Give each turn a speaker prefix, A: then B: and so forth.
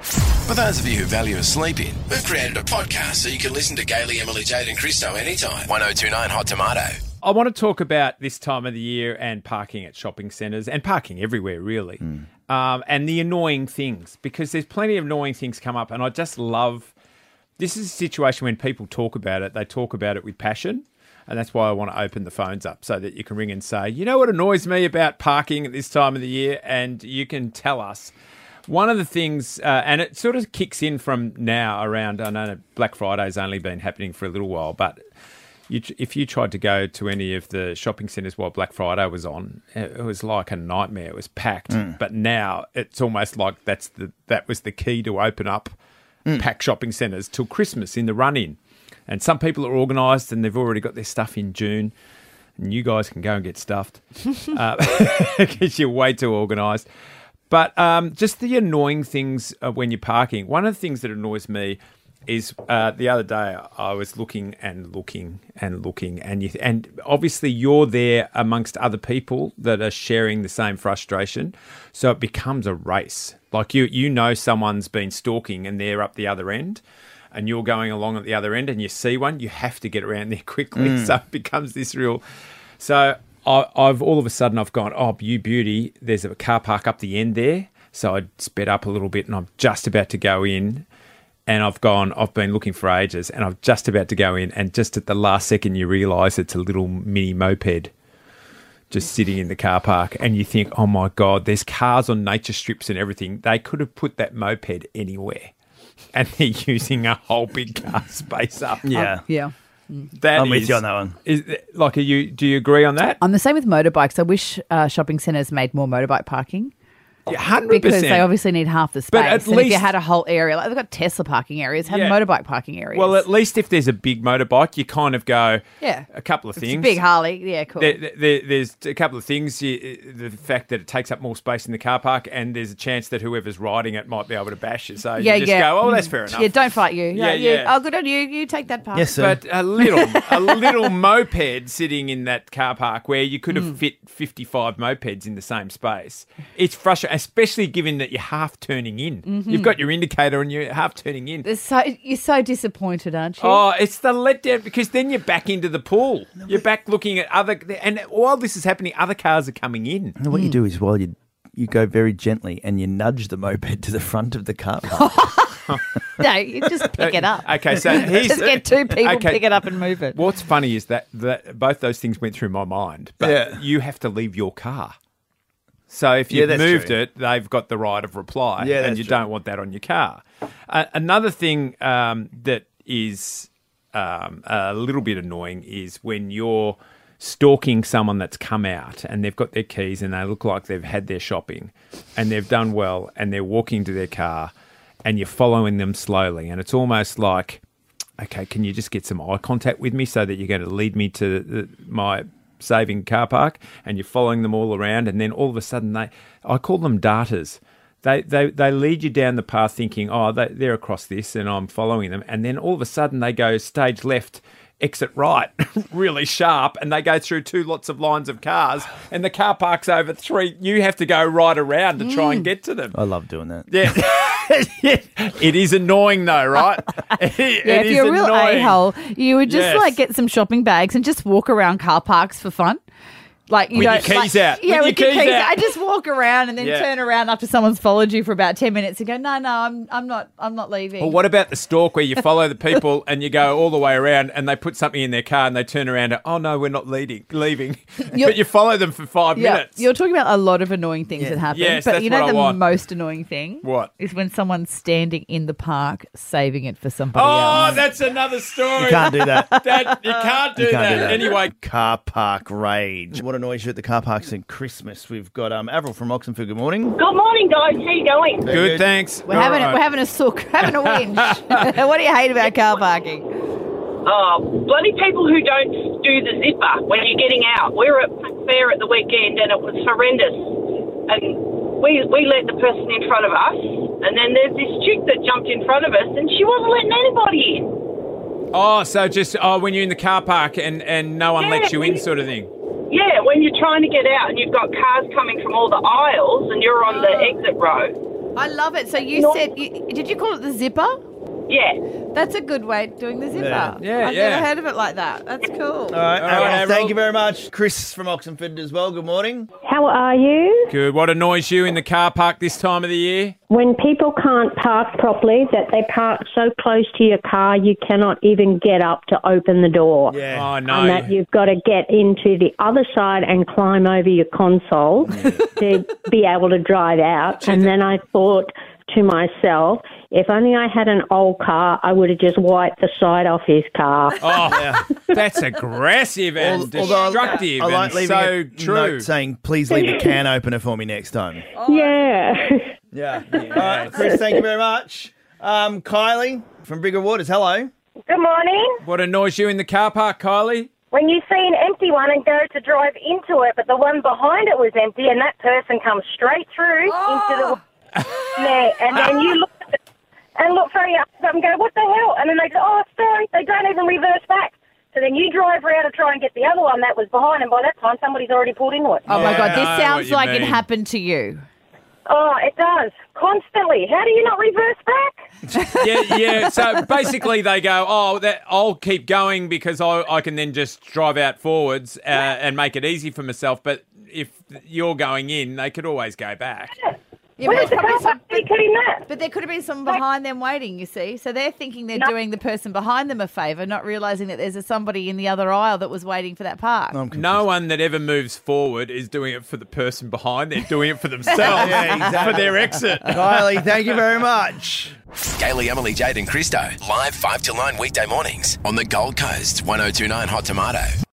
A: For those of you who value a sleep in, we've created a podcast so you can listen to Gaily, Emily, Jade, and Christo anytime. 1029 Hot Tomato.
B: I want to talk about this time of the year and parking at shopping centres and parking everywhere, really, um, and the annoying things because there's plenty of annoying things come up, and I just love. This is a situation when people talk about it, they talk about it with passion. And that's why I want to open the phones up so that you can ring and say, you know what annoys me about parking at this time of the year? And you can tell us. One of the things, uh, and it sort of kicks in from now around, I know Black Friday's only been happening for a little while, but you, if you tried to go to any of the shopping centres while Black Friday was on, it was like a nightmare. It was packed. But now it's almost like that's the that was the key to open up packed shopping centres till Christmas in the run in. And some people are organised and they've already got their stuff in June. And you guys can go and get stuffed because uh, you're way too organised. But um, just the annoying things uh, when you're parking. One of the things that annoys me is uh, the other day I was looking and looking and looking, and you, and obviously you're there amongst other people that are sharing the same frustration, so it becomes a race. Like you, you know someone's been stalking, and they're up the other end. And you're going along at the other end, and you see one, you have to get around there quickly. So it becomes this real so I, I've all of a sudden I've gone, oh, you beauty. There's a car park up the end there. So I sped up a little bit, and I'm just about to go in. And I've gone. I've been looking for ages, and I'm just about to go in. And just at the last second, you realise it's a little mini moped just sitting in the car park, and you think, oh my god, there's cars on nature strips and everything. They could have put that moped anywhere, and they're using a whole big car space up.
C: Yeah.
D: Yeah.
B: that
C: I'm with
B: is-
C: you on that one.
B: Is like, are you? Do you agree on that?
D: I'm the same with motorbikes. I wish uh, shopping centres made more motorbike parking
B: hundred
D: because
B: percent.
D: they obviously need half the space.
B: But at
D: and if you
B: least-
D: had a whole area, like they've got Tesla parking areas, have
B: Yeah.
D: motorbike parking areas.
B: well, at least if there's a big motorbike, you kind of go.
D: Yeah.
B: A couple of
D: It's a
B: things.
D: big Harley. Yeah, cool.
B: There- there- there's a couple of things. You, the fact that it takes up more space in the car park, and there's a chance that whoever's riding it might be able to bash you. So
D: yeah,
B: you just
D: yeah.
B: go, oh,
D: Mm.
B: that's fair enough.
D: Yeah, don't fight you.
B: Yeah,
D: Yeah, yeah.
B: yeah.
D: Oh, good on you. You take that part.
C: Yes, sir.
B: but a little, a little moped sitting in that car park where you could have
D: Mm.
B: fit 55 mopeds in the same space. It's frustrating, especially given that you're half turning in.
D: Mm-hmm.
B: You've got your indicator and you're half turning in.
D: There's so you're so disappointed, aren't you?
B: Oh, it's the letdown because then you're back into the pool. You're back looking at other, and while this is happening, other cars are coming in.
C: And what you do is, well, you you go very gently and you nudge the moped to the front of the car park.
D: No, you just pick it up.
B: Okay, so here's
D: Just get two people
B: Okay.
D: pick it up and move it.
B: What's funny is that, that both those things went through my mind, but
C: Yeah.
B: you have to leave your car. So if
C: Yeah,
B: you've
C: that's
B: moved
C: true.
B: it, they've got the right of reply,
C: Yeah,
B: and
C: that's
B: you
C: true.
B: don't want that on your car. Uh, another thing um, that is um, a little bit annoying is when you're stalking someone that's come out and they've got their keys and they look like they've had their shopping and they've done well and they're walking to their car and you're following them slowly and it's almost like okay can you just get some eye contact with me so that you're going to lead me to the, my saving car park and you're following them all around and then all of a sudden they I call them darters they, they, they lead you down the path thinking, oh, they, they're across this and I'm following them. And then all of a sudden they go stage left, exit right, really sharp, and they go through two lots of lines of cars and the car park's over three. You have to go right around to try and
D: Mm.
B: get to them.
D: Uh,
C: I love doing that.
B: Yeah. it is annoying though, right? It-
D: Yeah,
B: it
D: if
B: is
D: you're a real
B: annoying.
D: a hole, you would just
B: Yes.
D: like get some shopping bags and just walk around car parks for fun. Like you
B: With your
D: don't-
B: keys
D: like-
B: out.
D: Yeah,
B: With
D: with
B: your
D: your
B: keys out.
D: I just walk around and then
B: Yeah.
D: turn around after someone's followed you for about ten minutes and go, no, no, I'm, I'm not, I'm not leaving.
B: Well, what about the stalk where you follow the people and you go all the way around and they put something in their car and they turn around and, oh no, we're not leading, leaving.
D: You're-
B: but you follow them for five minutes.
D: You're talking about a lot of annoying things that happen.
B: Yes,
D: but
B: that's
D: you know
B: what I
D: the
B: want.
D: most annoying thing?
B: What?
D: Is when someone's standing in the park saving it for somebody
B: Oh,
D: else.
B: that's another story.
C: You can't do that.
B: That- you can't do,
C: You can't
B: that.
C: do that.
B: Anyway,
C: Car park rage. What annoys you at the car parks in Christmas? We've got um, Avril from Oxenford. Good morning.
E: Good morning, guys. How you going?
B: good, thanks.
D: We're having, a, we're having a sook, having a whinge. what do you hate about car parking?
E: Oh, bloody people who don't do the zipper when you're getting out. We were at Puck Fair at the weekend and it was horrendous. And we we let the person in front of us, and then there's this chick that jumped in front of us, and she wasn't letting anybody in.
B: oh, so just oh, when you're in the car park and, and no one
E: Yeah.
B: lets you in, sort of thing.
E: Yeah, when you're trying to get out and you've got cars coming from all the aisles, and you're on the exit row.
D: I love it. So you
E: No.
D: said, you, did you call it the zipper?
E: Yeah.
D: That's a good way of doing the zipper.
C: Yeah.
B: Yeah,
D: I've
B: yeah. Uh,
D: never heard of it like that. That's cool.
C: All right,
B: All
C: Ariel,
B: right, Ariel.
C: thank you very much. Chris from Oxenford as well. Good morning.
F: How are you?
B: Good. What annoys you in the car park this time of the year?
F: When people can't park properly, that they park so close to your car you cannot even get up to open the door.
B: Oh
F: And that
B: no.
F: you've got to get into the other side and climb over your console to be able to drive out. And then I thought to myself, if only I had an old car, I would have just wiped the side off his car.
B: Oh, that's aggressive and
C: Al- although I-
B: destructive
C: I like
B: and
C: leaving
B: so
C: a
B: true.
C: note saying, please leave a can opener for me next time.
F: yeah.
C: Yeah. All right, Chris, thank you very much. Um, Kylie from Bigger Waters, hello.
G: Good morning.
B: What annoys you in the car park, Kylie?
G: When you see an empty one and go to drive into it, but the one behind it was empty, and that person comes straight through into the there, and then you look at it and look very up and go, "What the hell?" And then they go, "Oh, sorry, they don't even reverse back." So then you drive around and try and get the other one that was behind, and by that time somebody's already pulled into it.
D: Oh my God,
B: I know
D: this
B: what
D: sounds
B: you
D: like it
B: mean.
D: happened to you.
G: Oh, it does constantly. How do you not reverse back?
B: Yeah, yeah. So basically, they go, "Oh, that I'll keep going because I, I can then just drive out forwards uh, and make it easy for myself." But if you're going in, they could always go back.
D: Yeah,
G: Where's
D: but,
G: the
D: probably
G: car
D: some-
G: park? Are you kidding that?
D: but there could have been someone behind them waiting, you see. So they're thinking they're doing the person behind them a favour, not realising that there's a somebody in the other aisle that was waiting for that park.
C: I'm confused.
B: No one that ever moves forward is doing it for the person behind. They're doing it for themselves
C: Yeah, exactly.
B: for their exit.
C: Kylie, thank you very much.
A: Gaily, Emily, Jade, and Christo. Live 5 till 9 weekday mornings on the Gold Coast, 1029 Hot Tomato.